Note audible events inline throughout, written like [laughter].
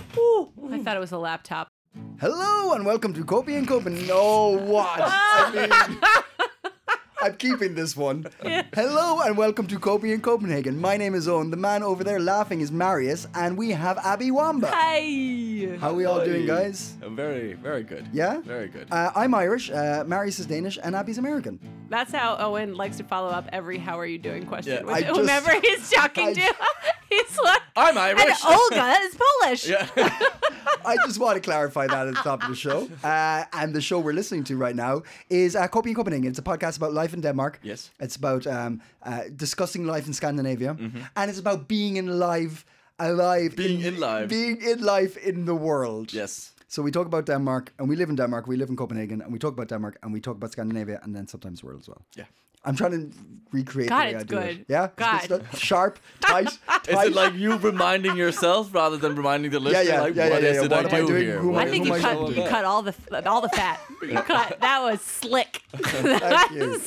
I thought it was a laptop. Hello and welcome to Copy and Copen. No, what? I mean, I'm keeping this one. Hello and welcome to Copy in Copenhagen. My name is Owen. The man over there laughing is Marius, and we have Abby Wamba. Hey. How are we all doing, Hey. guys? Uh, Very, very good. Yeah? Very good. Uh, I'm Irish, uh, Marius is Danish, and Abby's American. That's how Owen likes to follow up every "How are you doing?" question Yeah, with I just- whomever [laughs] he's talking I- to. he's like, I'm and Irish. [laughs] Olga that is Polish. yeah. [laughs] I just want to clarify that at the top of the show. Uh, and the show we're listening to right now is uh, Copy in Copenhagen. It's a podcast about life in Denmark. Yes. It's about um, uh, discussing life in Scandinavia. And it's about being in live, alive. Mm-hmm. Being in live. Being in life in the world. yes. So we talk about Denmark, and we live in Denmark, we live in Copenhagen, and we talk about Denmark, and we talk about Scandinavia, and then sometimes the world as well. Yeah. I'm trying to recreate God, the way it's I do it. good. Yeah? It's God. stuff. [laughs] Sharp, tight, Is tight. it like you reminding yourself rather than reminding the listener? yeah, like, yeah, what yeah, is yeah, it what am I I do doing? here? Who am What I think is you my cut show you about? cut all the f- all the fat. You cut that was slick. [laughs] Thank you.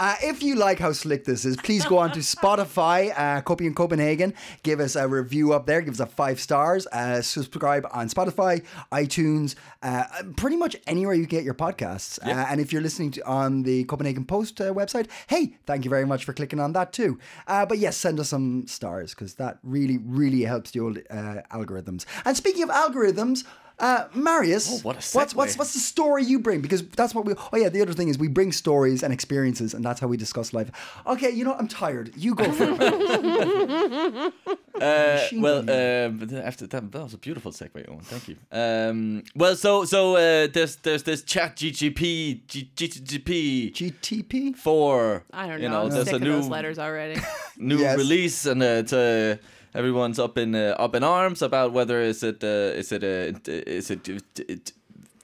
Uh, if you like how slick this is, please go on to Spotify, uh, Copy in Copenhagen. Give us a review up there. Give us a five stars. Uh, subscribe on Spotify, iTunes, uh, pretty much anywhere you get your podcasts. Uh, and if you're listening to on the Copenhagen Post uh, website, hey, thank you very much for clicking on that too. Uh, but yes, send us some stars because that really, really helps the old uh, algorithms. And speaking of algorithms. Uh, Marius, Oh, what a what's what's segue. what's the story you bring? Because that's what we. Oh yeah, the other thing is we bring stories and experiences, and that's how we discuss life. Okay, you know I'm tired. You go for [laughs] it. Uh, machine well, gun uh, but then after that, that was a beautiful segue, Owen. Thank you. Um, well, so so uh, there's there's this chat GGP G- GGP GTP. four. [laughs] I don't know. You I'm there's sick a of new those letters [laughs] already. [laughs] new Yes. release, and uh, it's, uh, everyone's up in uh, up in arms about whether is it uh, is it uh, is it, it, it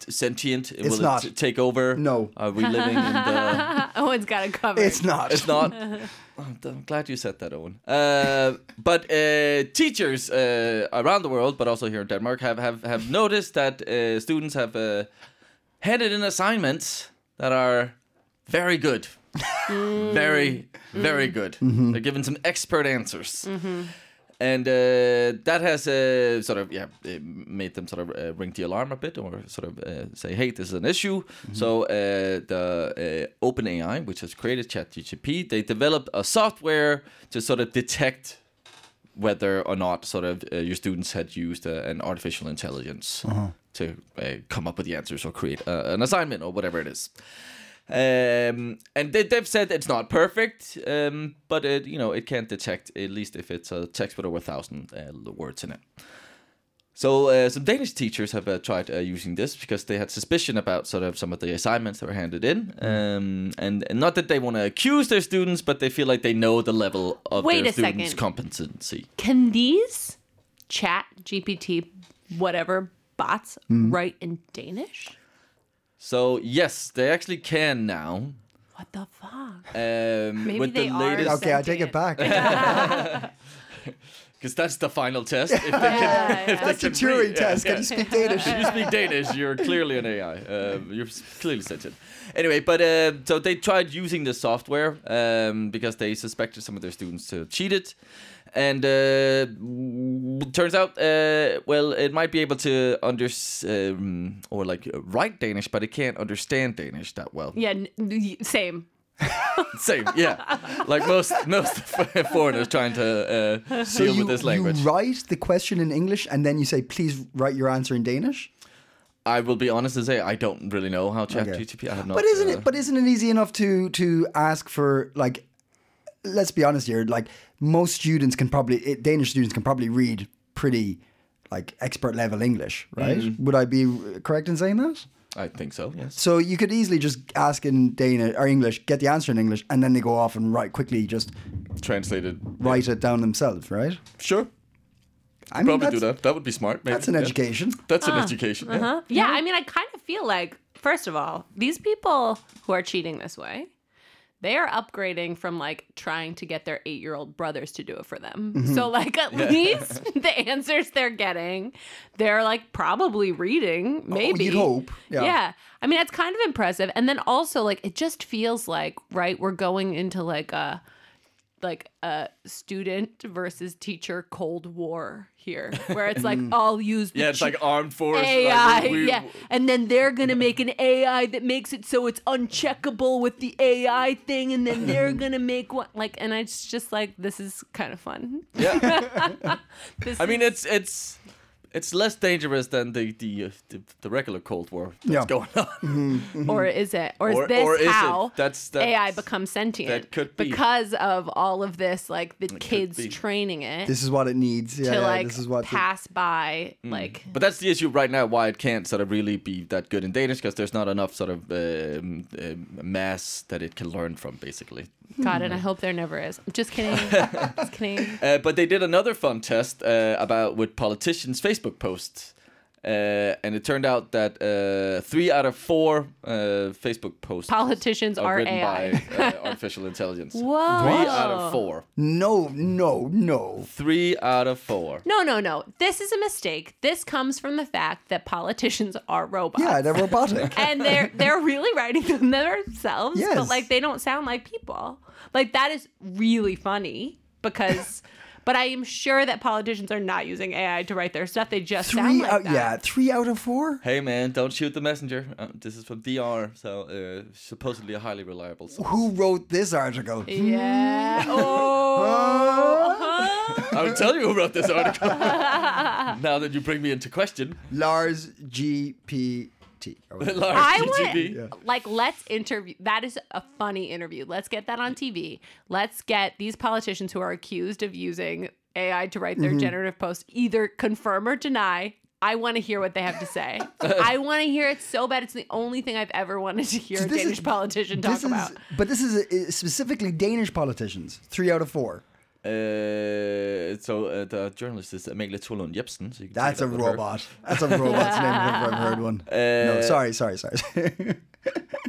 sentient? Will not. it t- take over? No. Are we living in the? [laughs] Owen's got it covered. It's not. It's not. I'm I'm glad you said that, Owen. Uh, but uh, teachers uh, around the world, but also here in Denmark, have have, have noticed that uh, students have uh, handed in assignments that are very good, very very good. Mm-hmm. They're given some expert answers. And uh, that has uh, sort of yeah uh, made them sort of uh, ring the alarm a bit, or sort of uh, say, "Hey, this is an issue." So uh, the uh, OpenAI, which has created ChatGPT, they developed a software to sort of detect whether or not sort of uh, your students had used uh, an artificial intelligence to uh, come up with the answers or create uh, an assignment or whatever it is. Um, and they, they've said it's not perfect, um, but it, you know it can detect at least if it's a text with over a thousand uh, l- words in it. So uh, some Danish teachers have uh, tried uh, using this because they had suspicion about sort of some of the assignments that were handed in, um, and, and not that they want to accuse their students, but they feel like they know the level of Wait their a students' second. competency. Can these chat GPT whatever bots Hmm. write in Danish? So yes, they actually can now. What the fuck? [laughs] Um, Maybe with they the are latest, Okay, I take it [laughs] back. because that's the final test. If [laughs] they can, Yeah, yeah. That's the They can read, Turing yeah, test. Can you speak Danish? you speak Danish, you're clearly an AI. Um, you're s- clearly sentient. Anyway, but uh, so they tried using the software um, because they suspected some of their students to have cheated. And uh, w- turns out, uh, well, it might be able to under um, or like write Danish, but it can't understand Danish that well. Yeah, n- y- same. Same, yeah. Like most most [laughs] foreigners trying to uh, So deal you, with this language. you write the question in English, and then you say, "Please write your answer in Danish." I will be honest and say I don't really know how ChatGPT. I have not. But isn't uh, it? But isn't it easy enough to to ask for like? Let's be honest here. Like most students can probably eh, Danish students can probably read pretty like expert level English, right? Mm-hmm. Would I be eh, correct in saying that? I think so. Yes. So you could easily just ask in Danish or English, get the answer in English, and then they go off and write quickly, just Translated. write it down themselves, right? Sure. I mean, Probably do that's- that. That would be smart. Maybe. That's an yeah. education. That's Ah, an education. Uh-huh. yeah. Yeah, I mean, I kind of feel like, first of all, these people who are cheating this way, they are upgrading from like trying to get their eight year old brothers to do it for them. So, like, at least [laughs] the answers they're getting, they're like probably reading, maybe. you'd hope, yeah. Yeah. I mean, that's kind of impressive. And then also, like, it just feels like, right, we're going into like a like a student versus teacher cold war here, where it's like I'll use the Yeah, it's chi- like armed force. AI, like, we- yeah, and then they're gonna make an AI that makes it so it's uncheckable with the AI thing, and then [laughs] they're gonna make one like, and it's just like this is kind of fun. yeah. [laughs] This I mean, is- it's it's it's less dangerous than the the uh, the, the regular Cold War that's Yeah. going on. or is it, or is Mm-hmm. Or- this or is it? how That's- that's- AI becomes sentient? that could be. because of all of this, like the kids be. training it This is what it needs. Yeah, to yeah, like this is what the- pass by, like Mm. But that's the issue right now. Why it can't sort of really be that good in Danish because there's not enough sort of um, um mass that it can learn from, basically. [laughs] God, [laughs] and I hope there never is. I'm just kidding. just kidding. Uh, but they did another fun test uh, about with politicians' Facebook posts, uh, and it turned out that uh, three out of four uh, Facebook posts Politicians are are written AI. by [laughs] uh, artificial intelligence. Whoa. Three out of four. No, no, no. Three out of four. No, no, no. This is a mistake. This comes from the fact that politicians are robots. Yeah, they're [laughs] robotic. and [laughs] they're they're really writing them themselves, but Yes. like they don't sound like people. Like that is really funny [laughs] because but I am sure that politicians are not using AI to write their stuff. They just sound three oh, like out, that. yeah, three out of four. Hey man, don't shoot the messenger. Uh, this is from DR, so uh, supposedly a highly reliable. source. Who wrote this article? [laughs] Yeah. Oh. I'll tell you who wrote this article. [laughs] now that you bring me into question, [laughs] Lars GPT. Or whatever. Lars I GGB. would like let's interview. That is a funny interview. Let's get that on TV. Let's get these politicians who are accused of using AI to write Mm-hmm. their generative posts either confirm or deny. I want to hear what they have to say. I want to hear it so bad. It's the only thing I've ever wanted to hear a this Danish is- politician talk This is, about. but this is uh, specifically Danish politicians. Three out of four. Uh, so uh, the journalist is Amalie Thulund Jebsen. So you can take That's that a with her. robot. That's a robot's name if I've ever heard [laughs] one. Uh, no, sorry, sorry, sorry.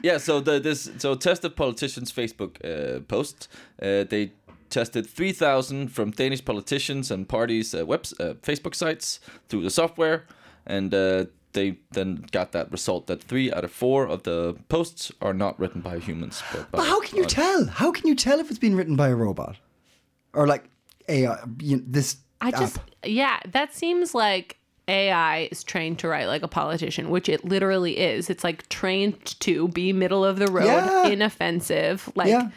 Yeah. So the this so tested politicians' Facebook uh, post. Uh, they tested 3,000 from Danish politicians and parties' uh, webs uh, Facebook sites through the software, and uh, they then got that result that three out of four of the posts are not written by humans. But, by but how can you tell? How can you tell if it's been written by a robot? Or like AI, you know, this I just, app. yeah, that seems like AI is trained to write like a politician, which it literally is. It's like trained to be middle of the road, Yeah. inoffensive, like Yeah.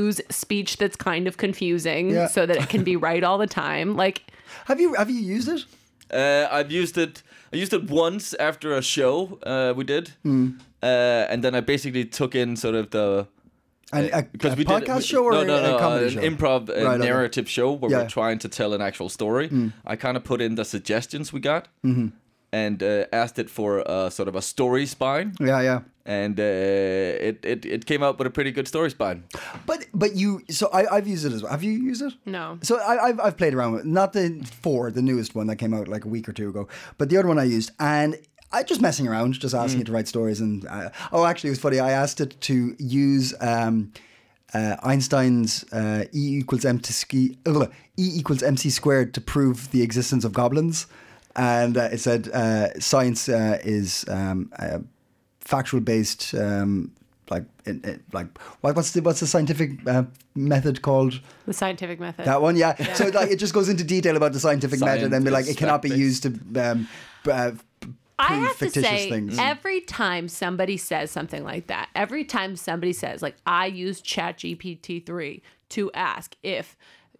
use speech that's kind of confusing Yeah. so that it can be right all the time. Like, Have you have you used it? Uh, I've used it. I used it once after a show uh, we did, Hmm. uh, and then I basically took in sort of the An, a, a Uh, we podcast did, we- show or no, no, a, no, a comedy an show? improv uh, Right, okay. narrative show where Yeah. Hmm. we're trying to tell an actual story. I kind of put in the suggestions we got Mm-hmm. and uh, asked it for uh, sort of a story spine, yeah, yeah. and uh, it, it it came up with a pretty good story spine. But but you so I I've used it as well. Have you used it? no. So I, I've I've played around with not the four, the newest one that came out like a week or two ago, but the other one I used and. I just messing around, just asking it to write stories, and uh, oh, actually, it was funny. I asked it to use um, uh, Einstein's uh, E equals mc squ- ugh, E equals mc squared to prove the existence of goblins, and uh, it said uh, science uh, is um, uh, factual based, um, like in, in- like what, what's the what's the scientific uh, method called? The scientific method. That one, yeah. So like, it just goes into detail about the scientific method, and be like, it Science, cannot be used fact-based. to um, b- uh, p- I prove have to fictitious say, things. every time somebody says something like that, every time somebody says, like, I use ChatGPT 3 to ask if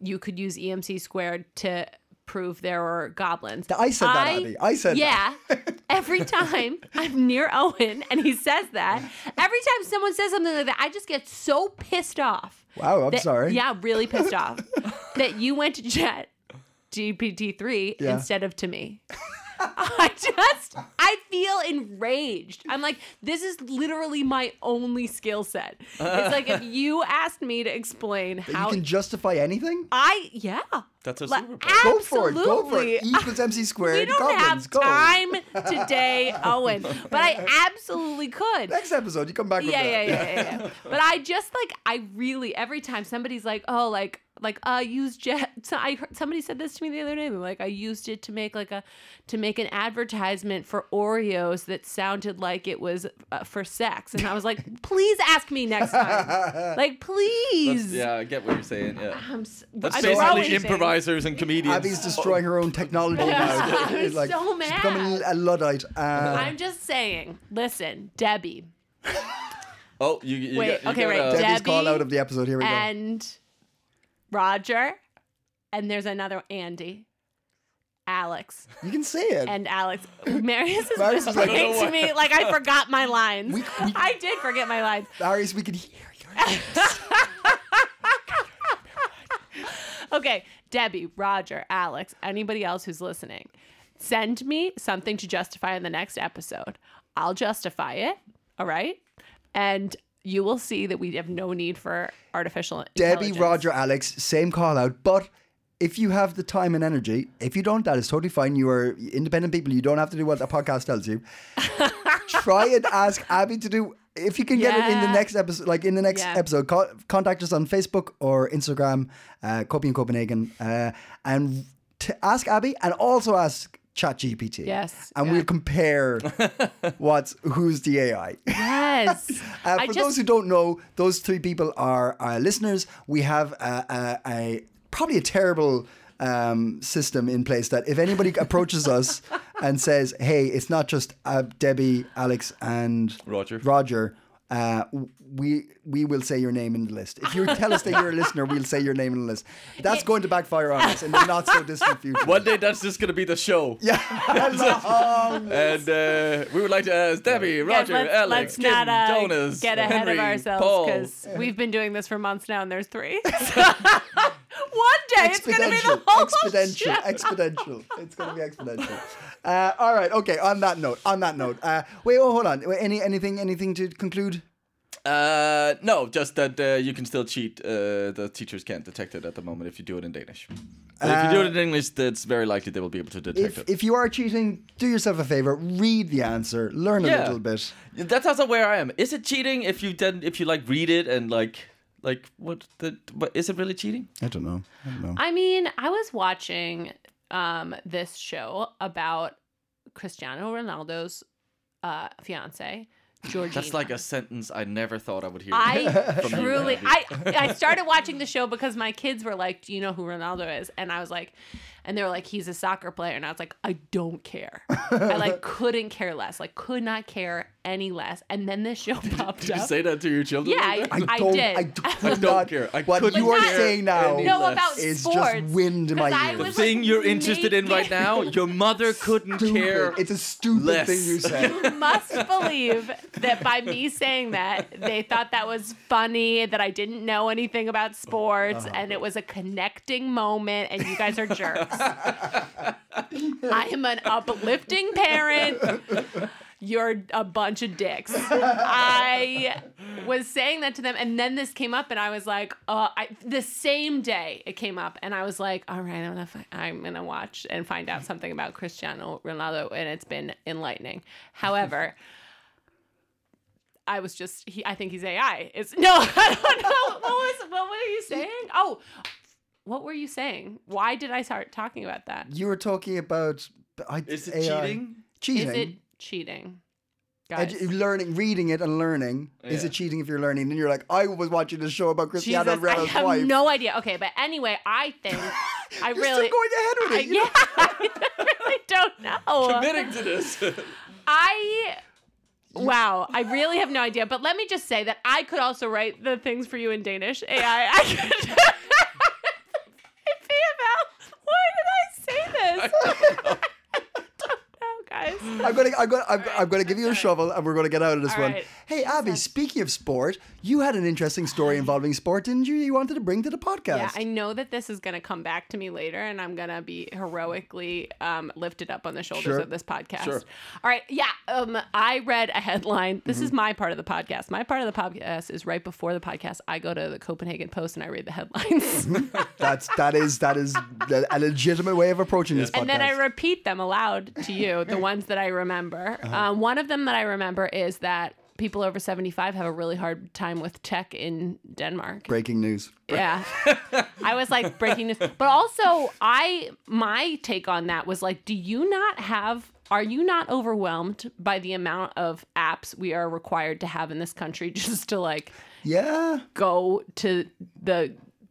you could use EMC squared to prove there were goblins. I said that, Abby. I said that. [laughs] yeah, every time I'm near Owen and he says that, every time someone says something like that, I just get so pissed off. Wow, I'm that- sorry. Yeah, really pissed [laughs] off that you went to Chat GPT 3 Yeah. instead of to me. I just, I feel enraged. I'm like, this is literally my only skill set. It's like [laughs] if you asked me to explain you how can justify anything. I, yeah. That's a Like, superpower. Go for it. Go for it. E absolutely. equals mc squared. We don't goblins. have go. [laughs] time today, Owen, but I absolutely could. Next episode, you come back with Yeah, that. [laughs] yeah, yeah, yeah, yeah. But I just like, I really, every time somebody's like, oh, like, like uh used jet [laughs] so i heard, somebody said this to me the other day They were like i used it to make like a to make an advertisement for oreos that sounded like it was uh, for sex and i was [laughs] like please ask me next time like please Yeah, I get what you're saying. Yeah. i'm s- That's I'm basically always- improvisers and comedians. Abby's destroying her own [laughs] technology now. I'm [laughs] It's like, so she's becoming mad. a luddite. Uh, i'm just saying listen debbie oh, you, you Wait, got, you okay, got, right, uh, Debbie. Debbie's call out of the episode. Here we go. and roger and there's another andy alex You can say it. and Alex. [laughs] Marius is Marius is whispering like, I don't know to me like I forgot my lines. We- we- [laughs] I did forget my lines. Darius, we can hear you. Okay, Debbie, Roger, Alex, anybody else who's listening, send me something to justify in the next episode. I'll justify it. All right, and you will see that we have no need for artificial. Debbie, intelligence. Roger, Alex, same call out. But if you have the time and energy, if you don't, that is totally fine. You are independent people. You don't have to do what the podcast [laughs] tells you. Try and ask Abby to do. If you can get it in the Yeah. next episode, like in the next Yeah. episode, co- contact us on Facebook or Instagram, uh, Copy in Copenhagen, uh, and t- ask Abby, and also ask ChatGPT. Yes, and yeah. we'll [laughs] compare what's who's the AI. Yes, [laughs] Uh, I for just those who don't know, those three people are our listeners. We have a, a, a probably a terrible um, system in place that if anybody [laughs] approaches us and says, "Hey, it's not just uh, Debbie, Alex, and Roger. Roger." Uh, w- we we will say your name in the list. [laughs] If you tell us that you're a listener, we'll say your name in the list. That's going to backfire on us in the not so distant future. One day that's just gonna be the show. [laughs] Yeah. [laughs] Oh, Long And uh, we would like to ask Debbie, Yeah, Roger, let's, Alex, let's Kim, not uh, Jonas, get ahead Henry, of ourselves Paul. because we've been doing this for months now, and there's [laughs] three. [laughs] One day it's going to be the whole exponential, show. exponential. It's going to be exponential. Uh, all right, okay. On that note, on that note. Uh, wait, oh, hold on. Wait, Any anything anything to conclude? Uh, no, just that uh, you can still cheat. Uh, the teachers can't detect it at the moment if you do it in Danish. But if you do it in English, that's very likely they will be able to detect If it. if you are cheating, do yourself a favor. Read the answer. Learn a Yeah. little bit. That's also where I am. Is it cheating if you then if you like read it and like like what the but is it really cheating? I don't know. I don't know. I mean, I was watching um, this show about Cristiano Ronaldo's uh, fiance, Georgina. That's like a sentence I never thought I would hear. I [laughs] from you, truly, Abby. I I started watching the show because my kids were like, "Do you know who Ronaldo is?" And I was like, and they were like, "He's a soccer player," and I was like, "I don't care. I [laughs] like couldn't care less. Like could not care any less." And then this show popped Did you up. say that to your children? Yeah, I- I I don't. did. I, do I don't not- care. I what couldn't you are care saying now any no less. about is sports. just wind in my 'Cause I ears. the was, thing like, you're interested in right naked. now, your mother couldn't care. It's a stupid less. thing you said. You must believe that by me saying that, they thought that was funny, that I didn't know anything about sports, Uh-huh. and it was a connecting moment, and you guys are [laughs] jerks. I am an uplifting parent. You're a bunch of [laughs] dicks. I was saying that to them, and then this came up, and I was like, uh, I, the same day it came up, and I was like, all right, I'm gonna, fi- I'm gonna watch and find out something about Cristiano Ronaldo, and it's been enlightening. However, I was just, he, I think he's AI. It's [laughs] no, I don't know. What was, what were you saying? Oh, what were you saying? Why did I start talking about that? You were talking about. I, Is it AI. cheating? Cheating. Is it cheating? Guys. Edu- learning, reading it, and learning is Yeah. it cheating if you're learning? And you're like, I was watching a show about Jesus, Cristiano I Ronaldo's have wife. no idea. Okay, but anyway, I [laughs] think I you're really, still going ahead with I, it. you yeah, [laughs] I really don't know. Committing to this. I wow, I really have no idea. But let me just say that I could also write the things for you in Danish. AI, I could. [laughs] PML, why did I say this? [laughs] I don't know, guys. know. I'm gonna, I'm gonna, I'm, I'm gonna give you a shovel, and we're gonna get out of this All one. right. Hey, Abby, speaking of sport, you had an interesting story involving sport, didn't you? You wanted to bring to the Yeah, podcast. I know that this is going to come back to me later, and I'm going to be heroically um, lifted up on the shoulders Sure. of this podcast. Sure. All right. Yeah. Um, I read a headline. This Mm-hmm. is my part of the podcast. My part of the podcast is right before the podcast. I go to the Copenhagen Post and I read the headlines, [laughs] That's that is that is a a legitimate way of approaching this podcast. and then I Uh-huh. repeat them aloud to you, the ones that I remember. Um, one of them that I remember is that people over 75 have a really hard time with tech in Denmark. Breaking news. [laughs] Yeah. I was like breaking news. But also I my take on that was like, do you not have are you not overwhelmed by the amount of apps we are required to have in this country [laughs] just to like Yeah. go to the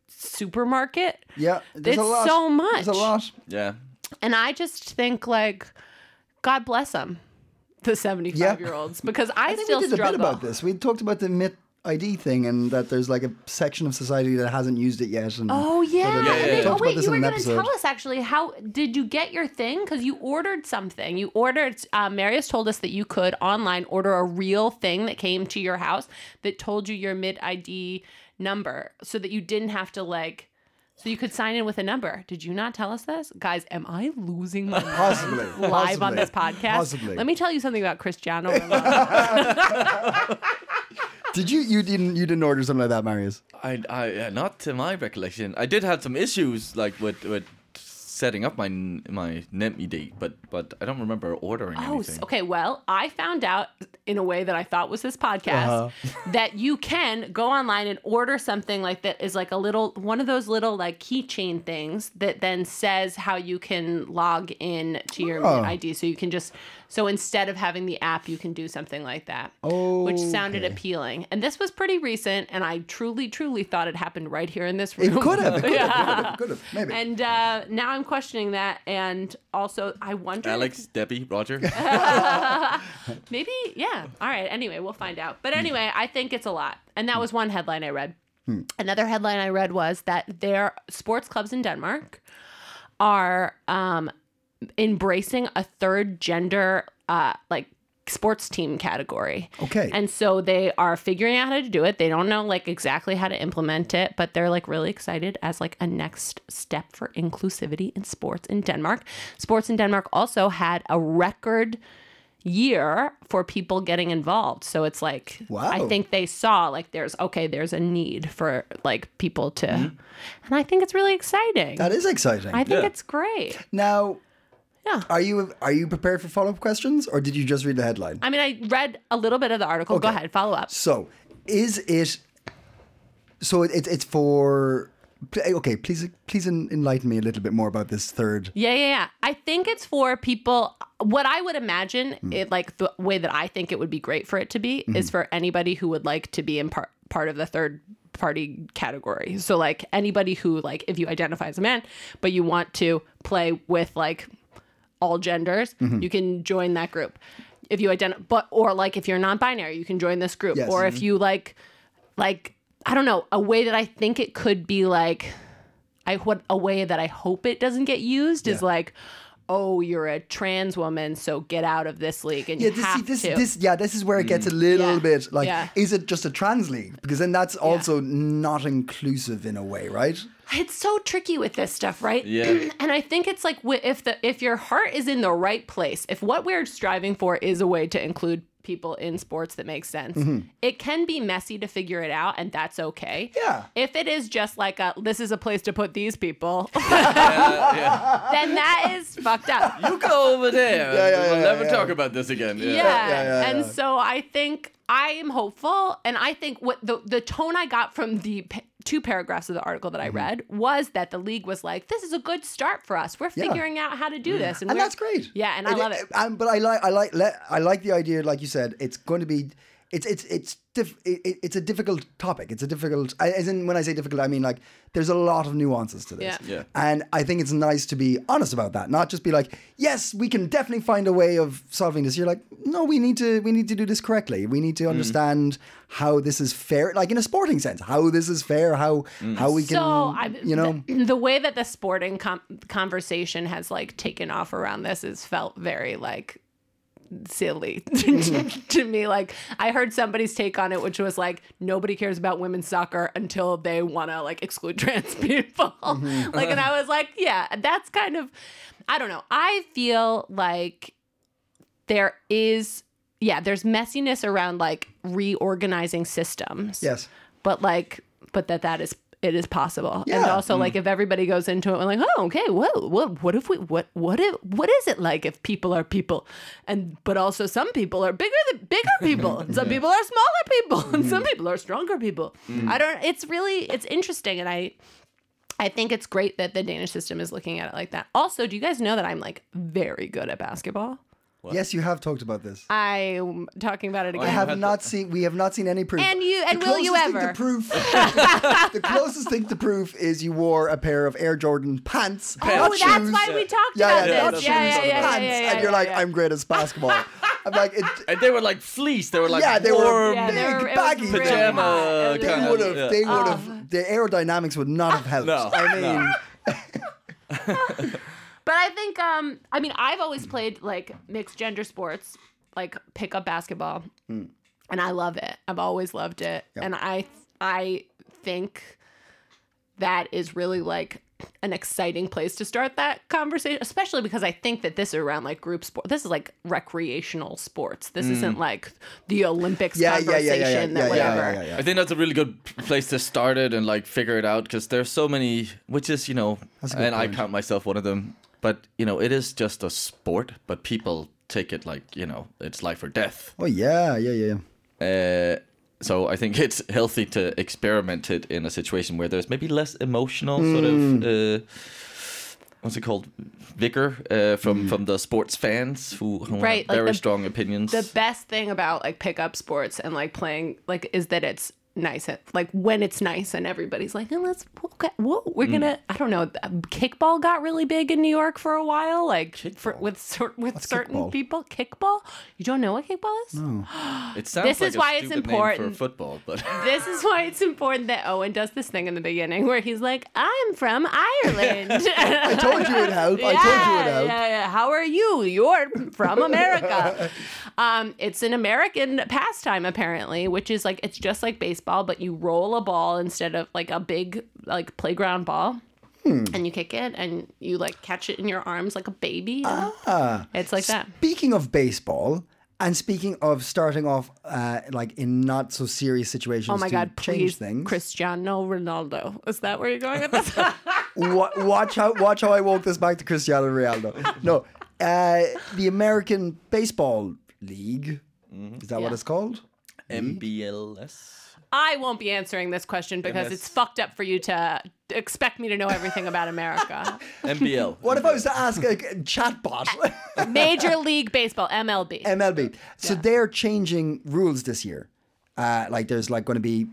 supermarket? Yeah. There's It's a lot. so much. There's a lot. [laughs] Yeah. And I just think like God bless them. The 75 year olds because I, I think still we did struggle. a bit about this. We talked about the MIT ID thing and that there's like a section of society that hasn't used it yet. And Oh yeah! yeah, And yeah, then- yeah. Oh Talked about wait, this you in were an going to episode. tell us actually how did you get your thing? Because you ordered something. You ordered. Uh, Marius told us that you could online order a real thing that came to your house that told you your mid ID number, so that you didn't have to like. So you could sign in with a number. Did you not tell us this, guys? Am I losing [laughs] my mind Possibly. [laughs] live on this podcast? Possibly. Let me tell you something about Cristiano Ronaldo. Did you? You didn't. You didn't order something like that, Marius. I, I uh, not to my recollection. I did have some issues like with with setting up my n- my NEMI date, but but I don't remember ordering Oh, s- anything. okay. Well, I found out in a way that I thought was this podcast [laughs] Uh-huh. that you can go online and order something like that is like a little one of those little like keychain things that then says how you can log in to your Oh. ID. So you can just so instead of having the app, you can do something like that, which sounded appealing. And this was pretty recent, and I truly, truly thought it happened right here in this It room. could have. [laughs] It could have. It could have. It could have. Maybe. And uh, now I'm questioning that, and also I wonder. if Alex, Debbie, [laughs] Roger. Maybe, yeah. All right. Anyway, we'll find out. But anyway, I think it's a lot. And that was one headline I read. Another headline I read was that their sports clubs in Denmark are um, embracing a third gender, uh, like, sports team category. okay. And so they are figuring out how to do it. They don't know like exactly how to implement it, but they're like really excited as like a next step for inclusivity in sports in Denmark. Sports in Denmark also had a record year for people getting involved. So it's like I Wow. think they saw like there's okay, there's a need for like people to and I think it's really exciting. that is exciting. I think Yeah. it's great. now, Yeah. are you are you prepared for follow up questions, or did you just read the headline? I mean, I read a little bit of the article. Go Okay. ahead, follow up. So, is it? So it, it's for. Okay, please please en- enlighten me a little bit more about this third. Yeah, yeah, yeah. I think it's for people. What I would imagine, it like the way that I think it would be great for it to be, is for anybody who would like to be in part part of the third party category. So like anybody who like if you identify as a man, but you want to play with like all genders, you can join that group. If you identify, but or like if you're non-binary, you can join this group. Yes. Or if you like, like I don't know, a way that I think it could be like. I what a way that I hope it doesn't get used is like, oh, you're a trans woman, so get out of this league and Yeah, you this, see, have this, to. this, yeah, this is where it gets a little Yeah. bit like, Yeah. is it just a trans league? Because then that's also not inclusive in a way, right? it's so tricky with this stuff, right? Yeah. [clears throat] and I think it's like wi- if the if your heart is in the right place, if what we're striving for is a way to include people in sports that makes sense, Mm-hmm. it can be messy to figure it out, and that's okay. Yeah. If it is just like a this is a place to put these people, [laughs] yeah, yeah. then [laughs] that is fucked up. You go over there. Yeah, yeah, we'll yeah, never yeah. talk about this again. yeah. yeah, yeah, and yeah. so I think I am hopeful, and I think what the the tone I got from the pa- two paragraphs of the article that I Mm-hmm. read was that the league was like, "This is a good start for us. We're figuring out how to do this, Mm-hmm. And we're- that's great. Yeah, and I love it. Um, but I like, I like, le- I like the idea. Like you said, it's going to be, it's, it's, it's, diff- it, it- it's a difficult topic. It's a difficult. I- As in, when I say difficult, I mean like there's a lot of nuances to this. Yeah. Yeah. And I think it's nice to be honest about that, not just be like, yes, we can definitely find a way of solving this. You're like, no, we need to, we need to do this correctly. We need to understand how this is fair, like in a sporting sense, how this is fair, how, how we can, so I, you know. the, the way that the sporting com- conversation has like taken off around this is felt very like silly [laughs] to me like i heard somebody's take on it which was like nobody cares about women's soccer until they want to like exclude [laughs] trans people Mm-hmm. like and i was like yeah that's kind of i don't know i feel like there is yeah there's messiness around like reorganizing systems yes. but like but that that is it is possible. And Yeah. Mm. also, like, if everybody goes into it, we're like, oh, okay, whoa, what, what if we, what, what, if, what is it like if people are people, and but also some people are bigger than [laughs] bigger people, and some people are smaller people, and Mm-hmm. some people are stronger people. Mm. I don't. It's really, it's interesting, and I. I think it's great that the Danish system is looking at it like that. Also, do you guys know that I'm like very good at basketball? Yes, you have talked about this. I'm talking about it again. I had have not seen. We have not seen any proof. And you- and the will you closest thing ever? To [laughs] proof, [laughs] the closest thing to proof is you wore a pair of Air Jordan pants. Oh, not that's shoes. why we talked Yeah, about yeah, not this. shoes, Yeah, yeah, yeah, but yeah, pants. yeah, yeah, and you're yeah, like, yeah. I'm great at basketball. I'm like, it, And they were like fleece. They were like Yeah, they were warm. Yeah, they big were- it was baggy really pajama hot. It was they kind really of- would have. yeah. They would have. The aerodynamics would not have helped. No, I mean, no. But I think, um, I mean, I've always played like mixed gender sports, like pickup basketball, Hmm. and I love it. I've always loved it, and I, I think that is really like an exciting place to start that conversation, especially because I think that this is around like group sport. This is like recreational sports. This isn't like the Olympics Hmm. yeah, yeah, yeah, conversation yeah, yeah, yeah, that yeah, yeah, whatever. yeah, yeah, yeah. I think that's a really good p- place to start it and like figure it out because there's so many, which is you know, and a good I point. count myself one of them. But you know, it is just a sport, but people take it like you know, it's life or death. Oh yeah, yeah, yeah. yeah. Uh, so I think [laughs] it's healthy to experiment it in a situation where there's maybe less emotional sort Hmm. of. Uh, What's it called? Vicar uh, from Hmm. from the sports fans who, who Right, have like very the- strong opinions. the best thing about like pickup sports and like playing like is that it's nice at, like when it's nice and everybody's like oh, let's okay, whoa, we're gonna I don't know kickball got really big in New York for a while like for, with cer- with certain kickball? people kickball you don't know what kickball is it sounds This like is a why it's stupid name important. for football, [laughs] but this is why it's important that Owen does this thing in the beginning where he's like I'm from Ireland [laughs] I Told you it helped. I told you it helped. yeah, yeah. How are you? You're from [laughs] America. um, it's an American pastime apparently, which is like it's just like baseball, but you roll a ball instead of like a big like playground ball. Hmm. And you kick it, and you like catch it in your arms like a baby. and Ah. it's like that. Speaking of baseball, and speaking of starting off uh, like in not so serious situations Oh my to God! change Please, things. Cristiano Ronaldo. Is that where you're going with [laughs] this? Wa- watch how watch how I walk this back to Cristiano Ronaldo. No, uh, the American Baseball League. Is that what Yeah. it's called? MBLS. I won't be answering this question because Yes. it's fucked up for you to expect me to know everything about America. MBL. What if I was to ask a, a chatbot? [laughs] Major League Baseball, MLB. MLB. So they're changing rules this year. Uh, like there's like going to be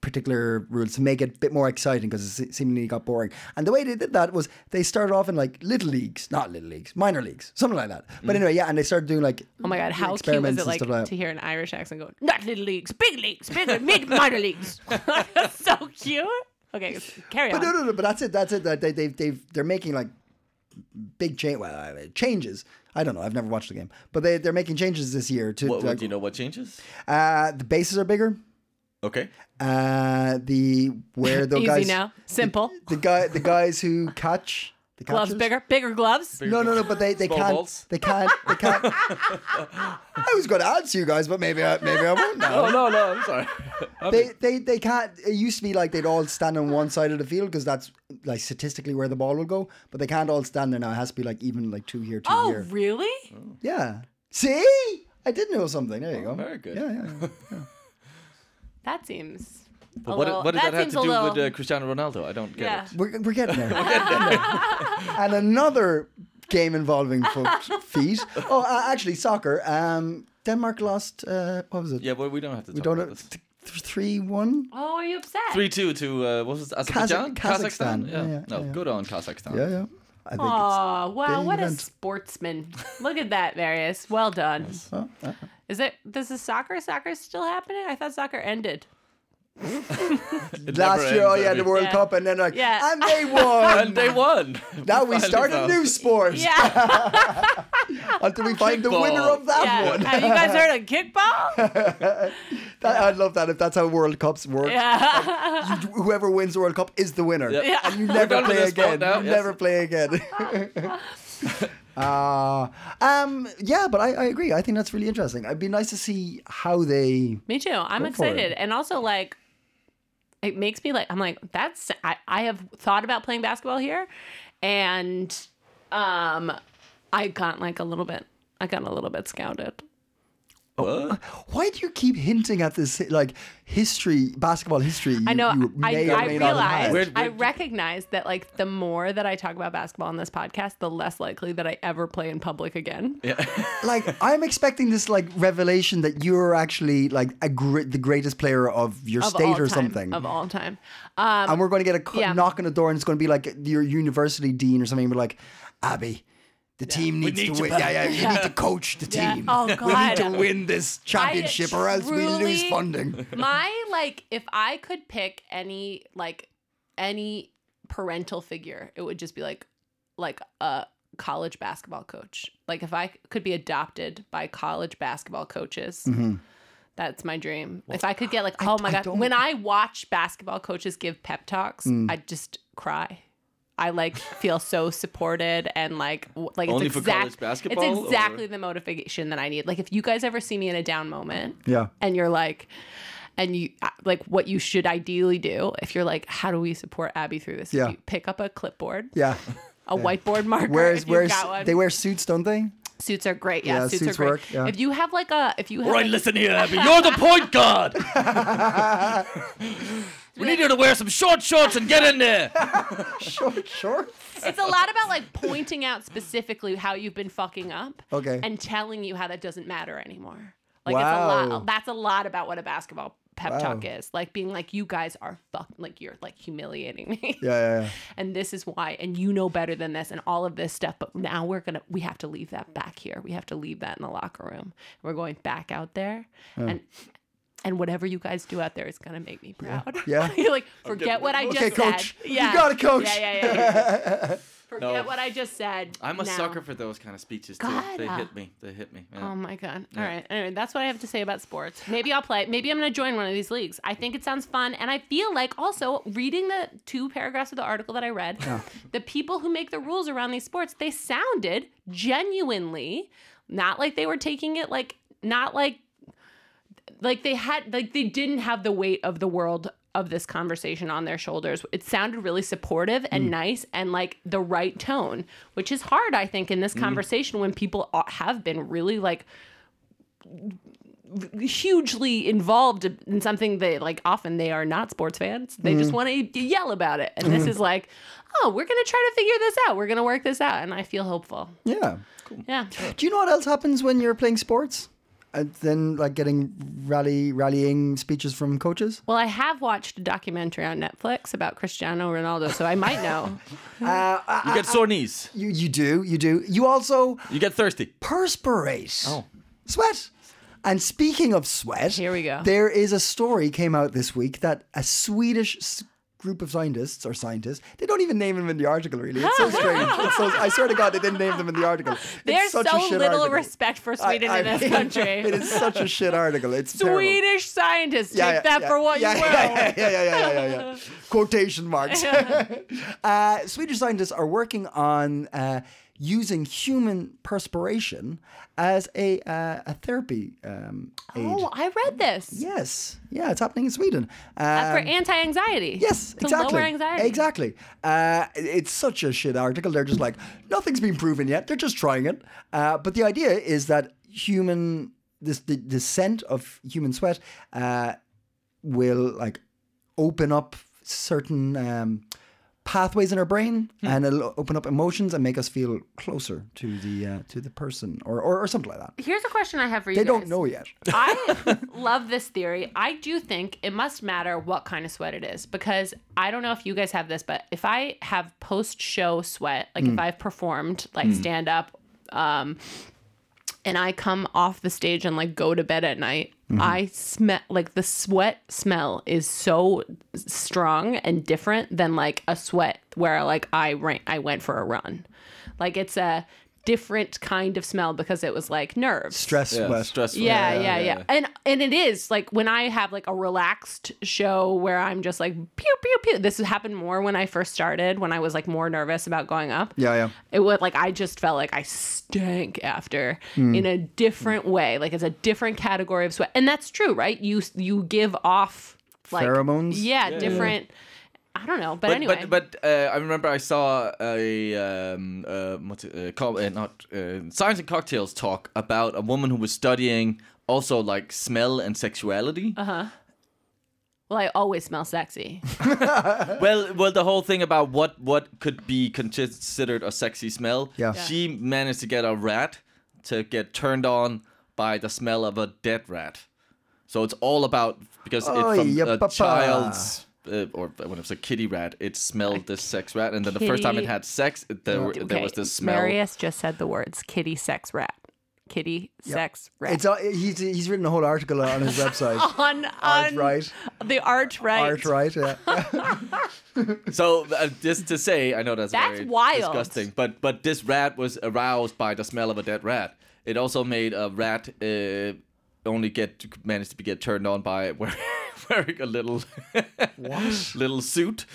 particular rules to make it a bit more exciting because it se- seemingly got boring. And the way they did that was they started off in like little leagues, not little leagues, minor leagues, something like that. But anyway, yeah, and they started doing like Oh my god, how cute was experiments it and like stuff like that. to hear an Irish accent go, not little leagues, big leagues, big [laughs] mid minor leagues. so cute. Okay, carry on. But no, no, no. But that's it. That's it. That they, they've, they've, they're making like big change. Well, uh, changes. I don't know. I've never watched the game, but they, they're making changes this year to What, like, what do you know? What changes? uh, the bases are bigger. Okay. Uh, the [laughs] where the Easy guys now, simple. the guy the guys who catch the gloves catches- bigger, bigger gloves. No, no, no. But they they Small can't balls? they can't they can't. [laughs] I was going to answer you guys, but maybe I, maybe I won't now. Oh no, no, I'm sorry. [laughs] They, they they can't. It used to be like they'd all stand on one side of the field because that's like statistically where the ball will go. But they can't all stand there now. It has to be like even like two here, two Oh, here. really? Yeah. See, I did know something. There you go. very good. Yeah, yeah. yeah. That seems. a But what, little- what did that, have seems to a do little, with uh, Cristiano Ronaldo? I don't get Yeah. it. We're, we're getting there. We're getting there. [laughs] and another game involving foot, [laughs] feet. Oh, uh, actually, soccer. Um, Denmark lost. Uh, what was it? Yeah, well, we don't have to. We Talk don't about know. this. Three one. Oh, are you upset? Three two to uh, what was it? Azerbaijan, Kazakhstan. Kazakhstan. Yeah. Yeah, yeah, no, yeah. good on Kazakhstan. Yeah, yeah. I think Oh, wow, big what a event. sportsman. Look at that, Marius. Well done. oh, uh, Is it, this is soccer? Soccer is still happening? I thought soccer ended. it's last year. Oh ends yeah, every- the World Yeah. Cup, and then like, Yeah. and they won. [laughs] And they won. now we finally start a found- new sport Yeah. [laughs] until we find the Kickball. winner of that yeah. one. Have you [laughs] guys heard of [laughs] kickball? That- I'd love that if that's how World Cups work. Yeah. Whoever wins the World Cup is the winner. Yeah. Yeah. And you We're never done with play this sport again. now, You yes. never play again. [laughs] uh, um, yeah, but I, I agree. I think that's really interesting. It'd be nice to see how they. Me too. I'm Go for it. excited. And also, like, It makes me like I'm like that's I, I have thought about playing basketball here, and um, I got like a little bit I got a little bit scouted. What? Why do you keep hinting at this like history, basketball history? You, I know. You I, may or I may not have realized. had? Weird, I weird. recognize that, like, the more that I talk about basketball on this podcast, the less likely that I ever play in public again. like I'm expecting this like revelation that you're actually like a gr- the greatest player of your Of all state time, or something, Of all time. Um, and we're going to get a c- Yeah. knock on the door, and it's going to be like your university dean or something. We're like, Abby, the team needs need to you win. back." Yeah, yeah, you need to coach the Yeah. team. Oh, We God. need to win this championship, or else we lose truly- [laughs] funding. my like if i could pick any like any parental figure it would just be like like a college basketball coach like if i could be adopted by college basketball coaches that's my dream if i could get like oh my I god don't- when i watch basketball coaches give pep talks i just cry I like feel so supported and like w- like Only it's for exact, college basketball, It's or- exactly the motivation that I need. Like if you guys ever see me in a down moment, Yeah. and you're like and you uh, like what you should ideally do if you're like how do we support abby through this If Yeah. you pick up a clipboard Yeah. a whiteboard marker Where's if you've where's got one. they wear suits, don't [laughs] they? suits are great yeah, Yeah, suits, suits are great work, yeah. if you have like a if you have All right, like- listen here, Abby. You're the point guard. [laughs] we need you to wear some short shorts and get in there. Short shorts. it's a lot about like pointing out specifically how you've been fucking up Okay. and telling you how that doesn't matter anymore like it's a Wow. lot that's a lot about what a basketball pep Wow. talk is like being like you guys are fuck like you're like humiliating me Yeah, yeah, yeah. and this is why and you know better than this and all of this stuff but now we're gonna we have to leave that back here we have to leave that in the locker room we're going back out there and and whatever you guys do out there is gonna make me proud Yeah. [laughs] you're like forget what i just Okay, said coach. You yeah got it, coach. yeah yeah yeah, yeah, [laughs] yeah. forget No. what i just said I'm a now. sucker for those kind of speeches too. God, they uh, hit me. They hit me. yeah. Oh my god! All right, anyway, that's what I have to say about sports. Maybe I'll play. Maybe I'm going to join one of these leagues. I think it sounds fun, and I feel like also reading the two paragraphs of the article that I read, [laughs] the people who make the rules around these sports, they sounded genuinely not like they were taking it like not like like they had like they didn't have the weight of the world of this conversation on their shoulders. It sounded really supportive and nice and like the right tone, which is hard I think in this conversation when people a- have been really like hugely involved in something that like often they are not sports fans. They just want to yell about it. And this is like, oh, we're going to try to figure this out. We're going to work this out and I feel hopeful. Yeah. Yeah. Do you know what else happens when you're playing sports? And then like getting rally rallying speeches from coaches. Well, I have watched a documentary on Netflix about Cristiano Ronaldo, so I might know. you get sore knees. You you do you do you also You get thirsty. perspirate. Oh, sweat. And speaking of sweat, Here we go. There is a story came out this week that a Swedish s- group of scientists or scientists they don't even name them in the article. Really, [laughs] it's so strange. It's so, I swear to God, they didn't name them in the article. It's There's so such a shit little article. respect for I- Sweden I in this mean, [laughs] country. It is such a shit article. It's terrible. Swedish scientists Yeah, take yeah, that yeah, for what yeah, [laughs] you will. Yeah, yeah, yeah, yeah, yeah, [laughs] yeah, yeah. Quotation marks. [laughs] uh, Swedish scientists are working on uh, using human perspiration as a uh, a therapy um, aid. Oh, I read this. Yes, yeah, it's happening in Sweden. Uh, Um, for anti-anxiety. Yes, to exactly. lower anxiety. Exactly. Uh, it's such a shit article. They're just like, nothing's been proven yet. They're just trying it. Uh, but the idea is that human, this the, the scent of human sweat uh, will like open up certain um, pathways in our brain, Hmm. and it'll open up emotions and make us feel closer to the uh, to the person, or, or or something like that. Here's a question I have for you. They don't guys. know yet. I love this theory. I do think it must matter what kind of sweat it is because I don't know if you guys have this, but if I have post show sweat, like if I've performed like stand up, um, and I come off the stage and like go to bed at night, I smell like the sweat smell is so strong and different than like a sweat where like I ran, I went for a run, like it's a different kind of smell because it was like nerves Stress Yeah, sweat. stressful. yeah, yeah, yeah, And and it is like when I have like a relaxed show where I'm just like pew pew pew. This has happened more when I first started when I was like more nervous about going up. Yeah, yeah. It would like I just felt like I stank after Mm. in a different way. Like it's a different category of sweat, and that's true, right? You you give off like Pheromones? Yeah, Yeah. different. I don't know, but, but, anyway, but, but uh, I remember I saw a um, uh, what's it, uh, called, uh, not uh, science and cocktails talk about a woman who was studying also like smell and sexuality. well, I always smell sexy. Well, well, the whole thing about what what could be considered a sexy smell. Yeah. Yeah. She managed to get a rat to get turned on by the smell of a dead rat. So it's all about because Oy, it, from ya a papa. child's. Uh, or when it was a kitty rat, it smelled this sex rat, and then the first time it kitty- had sex, it, there, were- there was this smell. Marius just said the words kitty sex rat. Kitty sex rat. It's all, he's he's written a whole article on [laughs] his website. on, on Artright. the arch right. Art right, [laughs] yeah. So uh, just to say, I know that's, That's very wild. disgusting, but but this rat was aroused by the smell of a dead rat. It also made a rat uh, only get managed to be get turned on by [laughs] wearing, wearing a little What? [laughs] little suit. What? [laughs]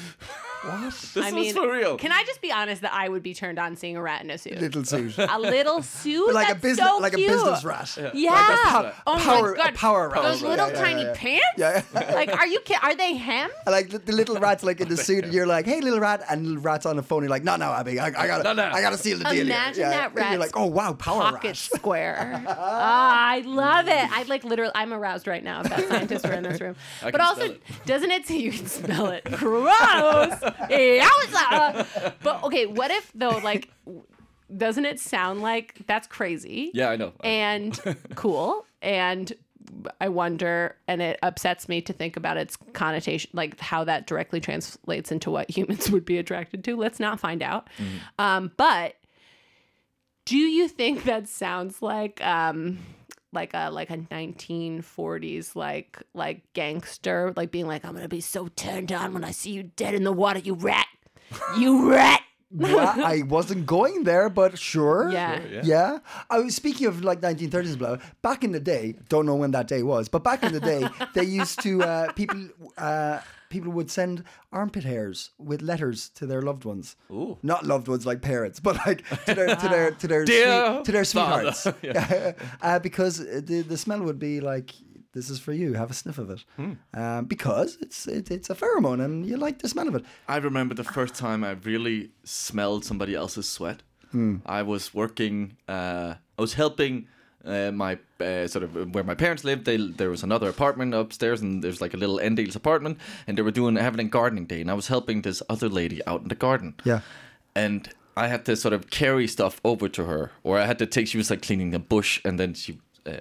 This I was mean, for real. Can I just be honest that I would be turned on seeing a rat in a suit? Little suit. a little suit, like a That's business, so like cute. a business rat. Yeah. rat. oh Power- my god. a power rat. Those Power little rat, yeah, tiny yeah, pants. Yeah. [laughs] like, are you? Ki- are they hemmed? And, like the, the little rat's like in the suit, and you're like, "Hey, little rat," and little rat's on the phone. You're like, "No, no, Abby, I, I gotta, No, no. I gotta seal the deal." here." Imagine that And You're rat's like, "Oh wow, power Pocket rat." square. [laughs] Ah, I love it. I like literally. I'm aroused right now. If that scientists were in this room, [laughs] I but can also, smell it. doesn't it? [laughs] You can smell it. Gross. Yeah, it's, uh, but okay, what if though? Like, w- doesn't it sound like that's crazy? Yeah, I know. and cool and I wonder, and it upsets me to think about its connotation, like how that directly translates into what [laughs] humans would be attracted to. Let's not find out. Um, but do you think that sounds like um, like a like a 1940s like like gangster like being like I'm gonna be so turned on when I see you dead in the water, you rat, you rat. Well, I wasn't going there, but sure. Yeah. Sure, yeah. I was speaking of like 1930s, blah. Back in the day, don't know when that day was, but back in the day, they used to uh, people uh, people would send armpit hairs with letters to their loved ones. Ooh. Not loved ones like parents, but like to their to their to their Dear sweet- to their father. sweethearts, [laughs] uh, because the the smell would be like. This is for you. Have a sniff of it, um, because it's it, it's a pheromone, and you like the smell of it. I remember the first time I really smelled somebody else's sweat. I was working. Uh, I was helping uh, my uh, sort of where my parents lived. They there was another apartment upstairs, and there's like a little Endale's apartment, and they were doing having a gardening day, and I was helping this other lady out in the garden. Yeah. and I had to sort of carry stuff over to her, or I had to take. She was like cleaning a bush, and then she, uh,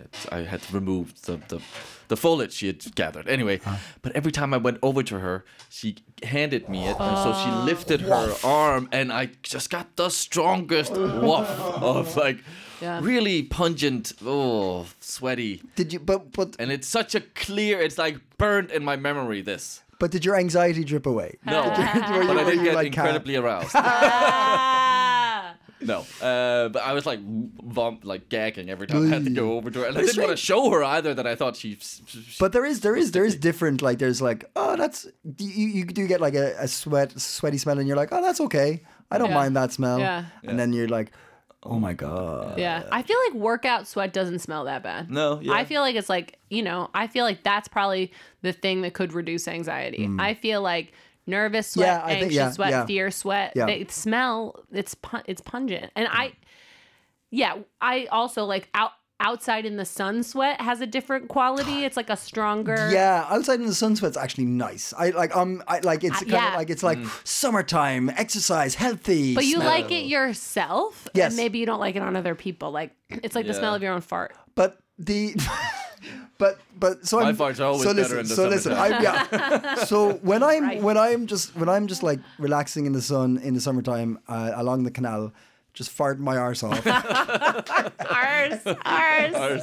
I had to remove the, the the foliage she had gathered. Anyway, but every time I went over to her, she handed me it, and so she lifted her arm, and I just got the strongest woof of like Yeah. really pungent, oh sweaty, Did you? But but and it's such a clear. It's like burned in my memory. This But did your anxiety drip away? [laughs] no, were but I you did like, get uh, incredibly [laughs] aroused. [laughs] Ah. No, uh, but I was like vom- like gagging every time I had to Mm. go over to her, and I It's didn't want to show her either that I thought she. But there is, there is, there is different. Like there's like, oh, that's you. You do get like a, a sweat, sweaty smell, and you're like, oh, that's okay. I don't Yeah. mind that smell. Yeah. And then you're like, oh my god. Yeah, I feel like workout sweat doesn't smell that bad. No, yeah. I feel like it's like you know, I feel like that's probably the thing that could reduce anxiety. I feel like nervous sweat, Mm. Yeah, I think- anxious yeah, sweat, yeah. fear sweat. Yeah. They smell. It's pun- it's pungent, and I, yeah, I also like out outside in the sun sweat has a different quality. It's like a stronger. Yeah, outside in the sun sweat's actually nice. I like um I like it's Uh, kind yeah. of like it's like summertime, exercise, healthy. But you smell. like it yourself, Yes. and maybe you don't like it on other people. Like it's like the Yeah. smell of your own [laughs] fart. But the but but so My I'm farts are always so better listen, in the so listen I, summertime. [laughs] yeah so when I'm when I'm just when I'm just like relaxing in the sun in the summertime uh, along the canal just farting my arse [laughs] off and Ours, ours.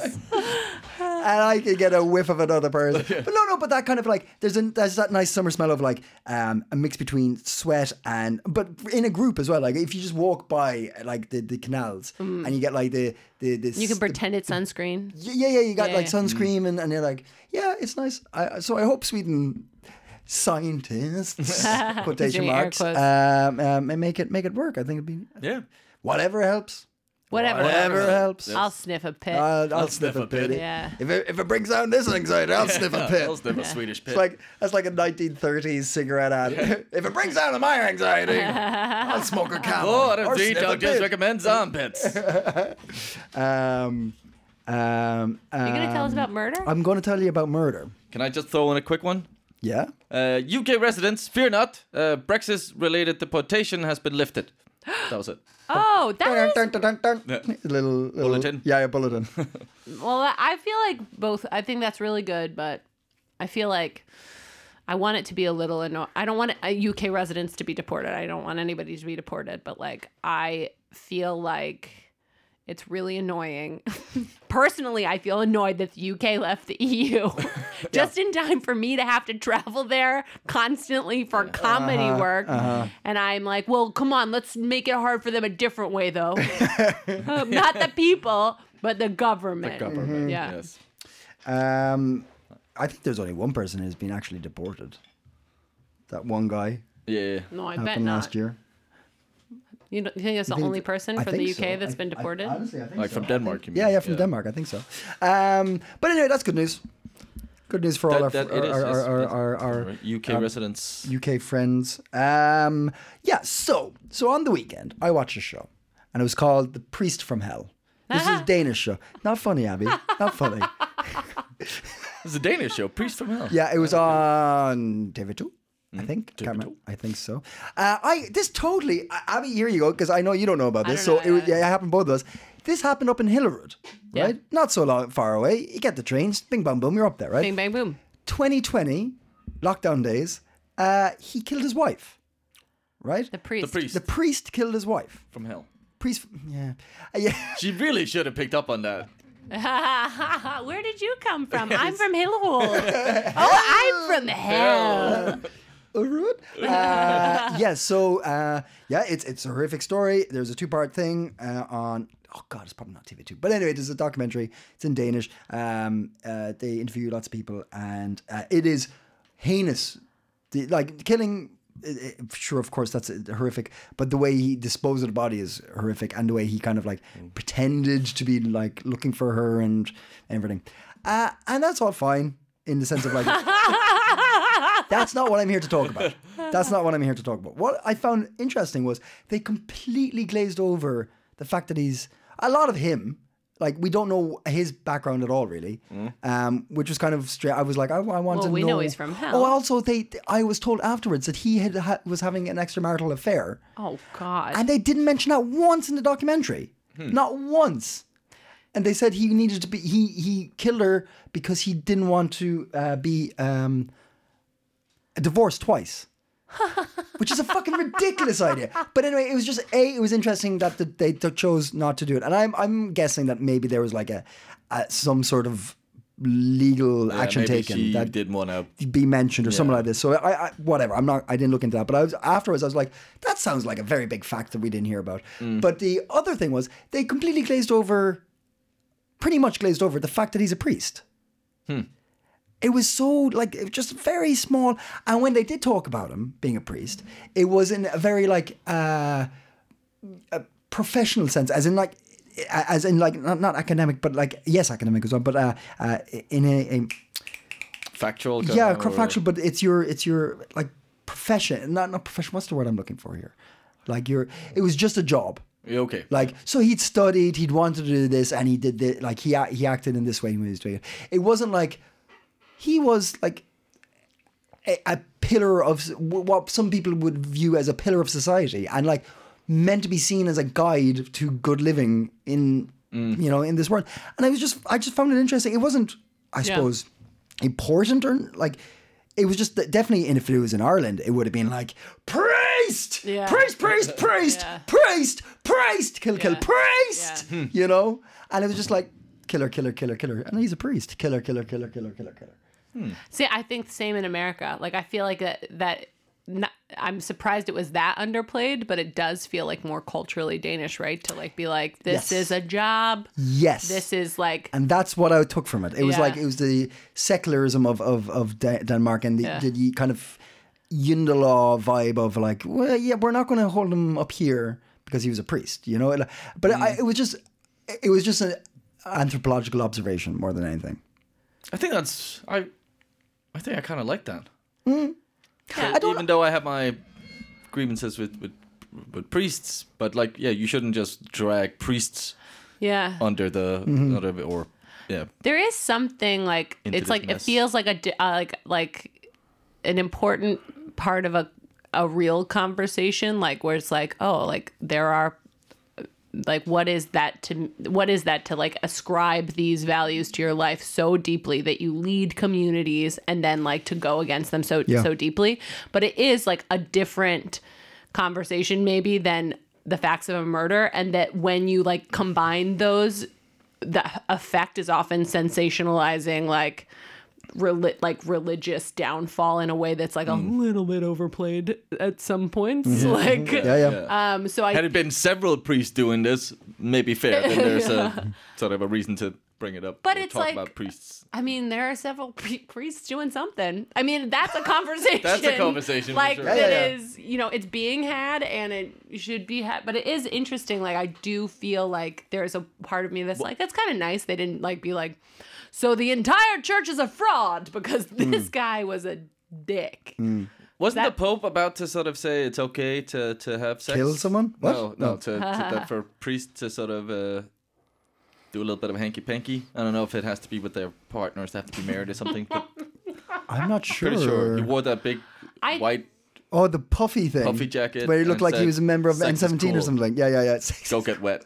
I can get a whiff of another person [laughs] but no no but that kind of like there's an there's that nice summer smell of like um, a mix between sweat and but in a group as well like if you just walk by like the, the canals and you get like the the, the Mm. You can s- pretend it's sunscreen. Y- yeah, yeah, you got Yeah, like yeah. sunscreen, and, and you're like, yeah, it's nice. I, so I hope Sweden [laughs] scientists He's quotation doing air marks quotes. um, um, and make it make it work. I think it'd be yeah. whatever helps. Whatever. Whatever helps. I'll sniff a pit. I'll, I'll sniff a pity. Yeah. If it, if it brings down this anxiety, I'll sniff a pit. Those them a Swedish pit. It's like that's like a 1930s cigarette ad. [laughs] if it brings down my anxiety, I'll smoke a camel. What or if the sniff a doctors pit. recommend [laughs] armpits? Um, um, you gonna tell us about murder? I'm going to tell you about murder. Can I just throw in a quick one? Yeah. Uh, UK residents, fear not. Uh, Brexit-related deportation has [gasps] been lifted. That was it. oh, that Dun, is dun, dun, dun, dun. Yeah. Little, little Bulletin. Yeah, yeah, bulletin. [laughs] Well, I- I feel like both. I think that's really good, but I feel like I want it to be a little. Anno- I don't want uh, UK residents to be deported. I don't want anybody to be deported, but like I feel like it's really annoying. [laughs] Personally, I feel annoyed that the UK left the EU [laughs] just in time for me to have to travel there constantly for comedy work. And I'm like, well, come on, let's make it hard for them a different way, though. [laughs] Uh, Not the people, but the government. Government, Yeah. Yes. um, I think there's only one person who's been actually deported. That one guy Yeah. No, I bet happened not. last year. You, don't, you think it's the only person I from the think UK so. that's I- been I- deported? honestly, I think Like so. from I Denmark, think- you Yeah, mean. yeah, from Yeah. Denmark. I think so. Um, but anyway, that's good news. Good news for all our, That- that- our, it is, our, yes, our, yes. our, our, [laughs] Right, UK Um, residents. UK friends. Um, yeah, so so on the weekend I watched a show, and it was called The Priest from Hell. This Ah. is a Danish show. Not funny, Abby. Not [laughs] funny. It's a Danish show. Priest from Hell. Yeah, it was on TV2. I think. Can't remember. I think so. Uh, I this totally I- Abby. Here you go, because I know you don't know about I this. don't so know, it, yeah, it happened both of us. This happened up in Hillerud, Yeah. right? Not so long, far away. You get the trains, bing bang boom, you're up there, right? Bing, bang, boom. 2020 lockdown days. Uh, he killed his wife, right? The priest. The priest The priest killed his wife. from Hell. Priest, yeah, Uh, yeah. She really should have picked up on that. [laughs] Where did you [laughs] come from? I'm from Hillhole. oh, I'm from hell. Rude. Uh, yeah. So uh, yeah, it's it's a horrific story. There's a two part thing uh, on. Oh God, it's probably not TV two, but anyway, there's a documentary. It's in Danish. Um, uh, they interview lots of people, and uh, it is heinous. The, like killing. i- i- Sure, of course, that's uh, horrific. But the way he disposed of the body is horrific, and the way he kind of like pretended to be like looking for her and everything. Uh, and that's all fine in the sense of like that's not what I'm here to talk about. That's not what I'm here to talk about. What I found interesting was they completely glazed over the fact that he's a lot of him. Like we don't know his background at all, really, um, which was kind of straight. I was like, I, I want Well, to we know. know he's from hell. Oh, also, they. I was told afterwards that he had ha- was having an extramarital affair, Oh, God. and they didn't mention that once in the documentary. Hmm. Not once. And they said he needed to be. He he killed her because he didn't want to uh, be um, divorced [laughs] twice. Which is a fucking ridiculous idea. But anyway, it was just a. It was interesting that the, they t- chose not to do it, and I'm I'm guessing that maybe there was like a, a some sort of legal Yeah, action Uh, maybe taken She that didn't want to. be mentioned or something like this. So I, I whatever. I'm not. I didn't look into that. But I was afterwards. I was like, that sounds like a very big fact that we didn't hear about. But the other thing was they completely glazed over, pretty much glazed over the fact that he's a priest. It was so like it was just very small. And when they did talk about him being a priest, it was in a very like uh, a professional sense, as in like. As in, like not, not academic, but like yes, academic as well. But uh, uh, in a, a Factual. yeah, kind of- factual, but it's your it's your like profession, not not profession. What's the word I'm looking for here? Like your, it was just a job. Yeah, Okay. Like so, he'd studied, he'd wanted to do this, and he did this. Like he a- he acted in this way when he was doing it. It wasn't like he was like a, a pillar of s- w- what some people would view as a pillar of society, and like meant to be seen as a guide to good living in you know in this world. And I was just I just found it interesting. It wasn't I suppose important or like. It was just that definitely, and if it was in Ireland, it would have been like priest, Yeah. priest, priest, priest, [laughs] Yeah. priest, priest, kill, kill, Yeah. priest. You know, and it was just like killer, killer, killer, killer, and he's a priest, killer, killer, killer, killer, killer, killer. See, I think same in America. Like I feel like that that not, I'm surprised it was that underplayed, but it does feel like more culturally Danish, right? To like be like this Yes. is a job. Yes, This is like and that's what I took from it. It was Yeah. like it was the secularism of of, of Da- Denmark and the, Yeah. the, kind of Yindelaw vibe of like, well, yeah, we're not going to hold him up here because he was a priest, you know. And, uh, But I, it was just, it was just an anthropological observation more than anything. I think that's I. I think I kind of like that. Yeah. Mm. I don't- Even though I have my grievances with with with priests, but like yeah, you shouldn't just drag priests yeah. under the Mm-hmm. under the- or yeah. There is something like Into it's this like it mess. feels like a di- uh, like like an important part of a a real conversation like where it's like oh like there are like what is that to what is that to like ascribe these values to your life so deeply that you lead communities and then like to go against them so Yeah. so deeply but it is like a different conversation maybe than the facts of a murder and that when you like combine those the effect is often sensationalizing like reli- like religious downfall in a way that's like Mm. a little bit overplayed at some points like Mm-hmm. Yeah, yeah. um so i Had it been several priests doing this, maybe fair. Then there's [laughs] a sort of a reason to bring it up. But or it's talk like- about priests. I mean, there are several [laughs] pre- priests doing something. I mean, that's a conversation. conversation for Like sure. that is, Yeah, yeah, yeah. you know, it's being had and it should be had. But it is interesting. Like I do feel like there's a part of me that's like, that's kind of nice. They didn't like be like, so the entire church is a fraud because Hmm. this guy was a dick. Wasn't that- the Pope about to sort of say it's okay to to have sex? Kill someone? What? No, no, to, to that [laughs] for priests to sort of uh, do a little bit of hanky panky. I don't know if it has to be with their partners, they have to be married or something. [laughs] But I'm not sure. pretty sure he wore that big I- white. Oh, the puffy thing. Puffy jacket Where he looked and like he said, was a member of "Sex is N17 or cool." something. Yeah, yeah, yeah. [laughs] Sex- Go get wet.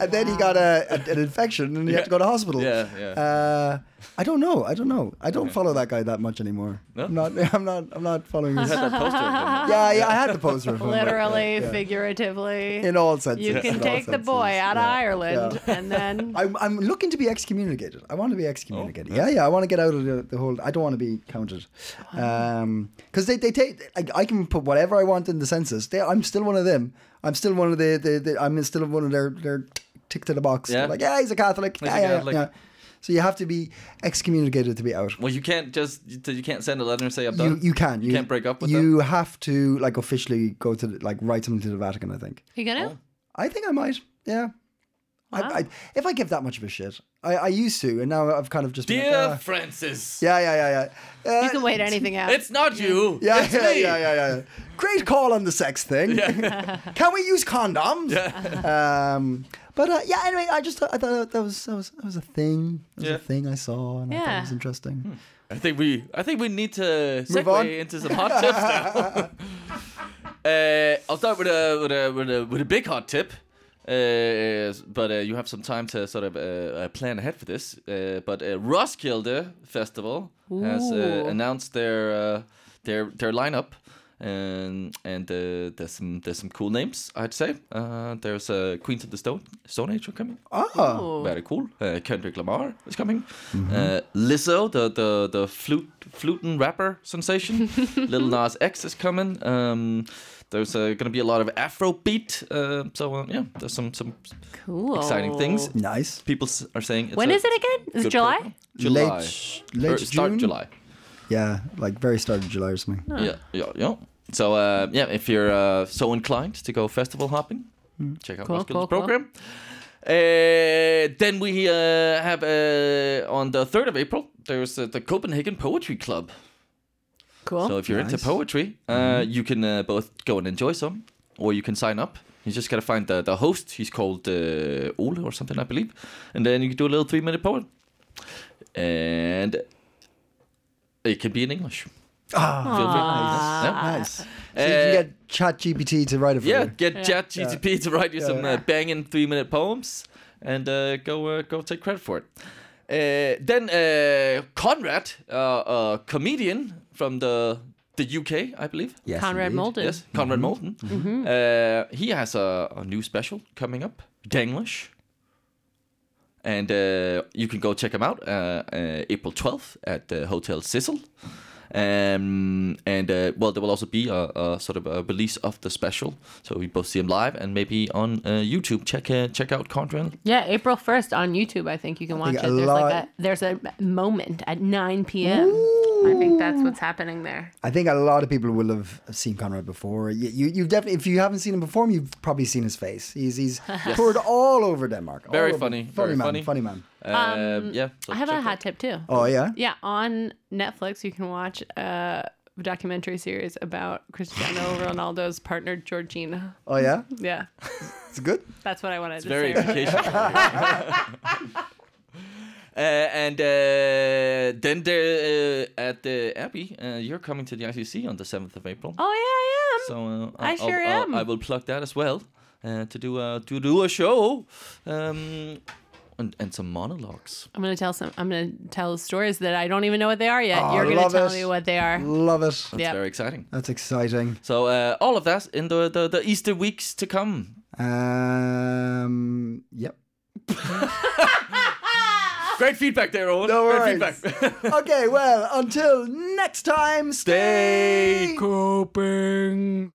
And then he got a, a- an infection and he had to go to hospital. Yeah, yeah. Uh, I don't know. I don't know. I don't follow that guy that much anymore. No? I'm not. [laughs] I'm not. I'm not following [laughs] You his. had that poster. of him. yeah, yeah. I had the poster. of him, like, Literally, yeah. figuratively. in all senses. you in can all take the senses. boy out of Yeah, Ireland yeah. and [laughs] then. I'm, I'm looking to be excommunicated. I want to be Oh, excommunicated. yeah. yeah, I want to get out of the, the whole. I don't want to be counted, because they, they take. Like, I can put whatever I want in the census. They, I'm still one of them. I'm still one of the. the, the I'm still one of their their tick to the box. Yeah. Like yeah, he's a Catholic. He's a yeah, yeah, Catholic. yeah. So you have to be excommunicated to be out. Well, you can't just you you can't send a letter and say I'm You, done. you can. You, can't break up with them. You have to like officially go to the, like write something to the Vatican. I think. you gonna? I think I might. Yeah. I, Wow. I, if I give that much of a shit, I, I used to, and now I've kind of just been Dear like, "Ah." Francis, yeah, yeah, yeah, yeah. Uh, You can wait anything out. it's not you. yeah, it's yeah, me. yeah, yeah, yeah, yeah. Great call on the sex thing. [laughs] Can we use condoms? Um, but uh, yeah, anyway, I just I thought that was that was that was a thing. That was Yeah. a thing I saw, and I thought Yeah. it was interesting. I think we I think we need to Move segue on. into some hot tips now. [laughs] uh, I'll start with a with a with a, with a big hot tip. Uh, but uh, you have some time to sort of uh, uh, plan ahead for this. Uh, but uh, Roskilde Festival has uh, Ooh. announced their uh, their their lineup, and and uh, there's some there's some cool names I'd say. Uh, there's uh, Queens of the Stone Stone Age are coming. Ah, Ooh. Very cool. Uh, Kendrick Lamar is coming. Mhm. Uh, Lizzo, the the the flute flute and rapper [laughs] sensation. Little Nas X is coming. Um, there's uh, going to be a lot of Afrobeat. Uh, so uh, yeah, there's some some cool. exciting things. nice. people s- are saying. It's When a is it again? Is it good July? program. July. Late, late Or start June? July. Yeah, like very start of July or something. Yeah, yeah, yeah. So uh, yeah, if you're uh, so inclined to go festival hopping, Hmm. check out Cool, cool, Roskilde's cool. program. Uh, then we uh, have uh, on the third of April. There's uh, the Copenhagen Poetry Club. Cool. so if you're into Oh, nice. Mm-hmm. poetry, uh, you can uh, both go and enjoy some, or you can sign up. You just gotta find the, the host. He's called uh, Ole or something, I believe, and then you can do a little three minute poem, and it can be in English. Ah, Feel free. Aw. Yeah. nice. So you can Uh, get ChatGPT to write it for Yeah, you. get ChatGTP to write you Yeah. some uh, banging three minute poems and uh, go uh, go take credit for it. Uh, then uh, Conrad, uh, a comedian from the the UK, I believe. Yes, Conrad indeed. Molden. Yes, Conrad Moulton. Uh, he has a, a new special coming up, Denglish. And uh, you can go check him out uh, uh, April 12th at the Hotel Sissel. Um, and uh, well, there will also be a, a sort of a release of the special, so we both see him live and maybe on uh, YouTube. Check uh, check out Conrad. Yeah, April 1st on YouTube, I think you can watch think it. a There's like lot- a there's a moment at 9 p.m. I think that's what's happening there. I think a lot of people will have seen Conrad before. You, you, you definitely, if you haven't seen him perform, you've probably seen his face. [laughs] He's he's toured all over Denmark. all Very over. funny, funny very man, funny. funny man. Um, yeah. so I have check a that. hot tip too. Oh yeah, Yeah, on Netflix you can watch a documentary series about Cristiano [laughs] Ronaldo's partner Georgina. oh yeah, Yeah, it's good. that's what I wanted to very say. educational. [laughs] Uh, and uh, then there, uh, at the Abbey, uh, you're coming to the ICC on the 7th of April. Oh yeah, I am. So uh, I I'll- sure I'll- am. I will plug that as well uh, to do a to do a show, um, and, and some monologues. I'm gonna tell some. I'm gonna tell stories that I don't even know what they are yet. Oh, You're gonna love tell it. me what they are. Love it. It's Yeah. very exciting. That's exciting. So uh, all of that in the, the the Easter weeks to come. Um, [laughs] yep. Ah. Great feedback there, Owen. No Great worries. feedback. [laughs] okay, well, until next time, stay Stay coping.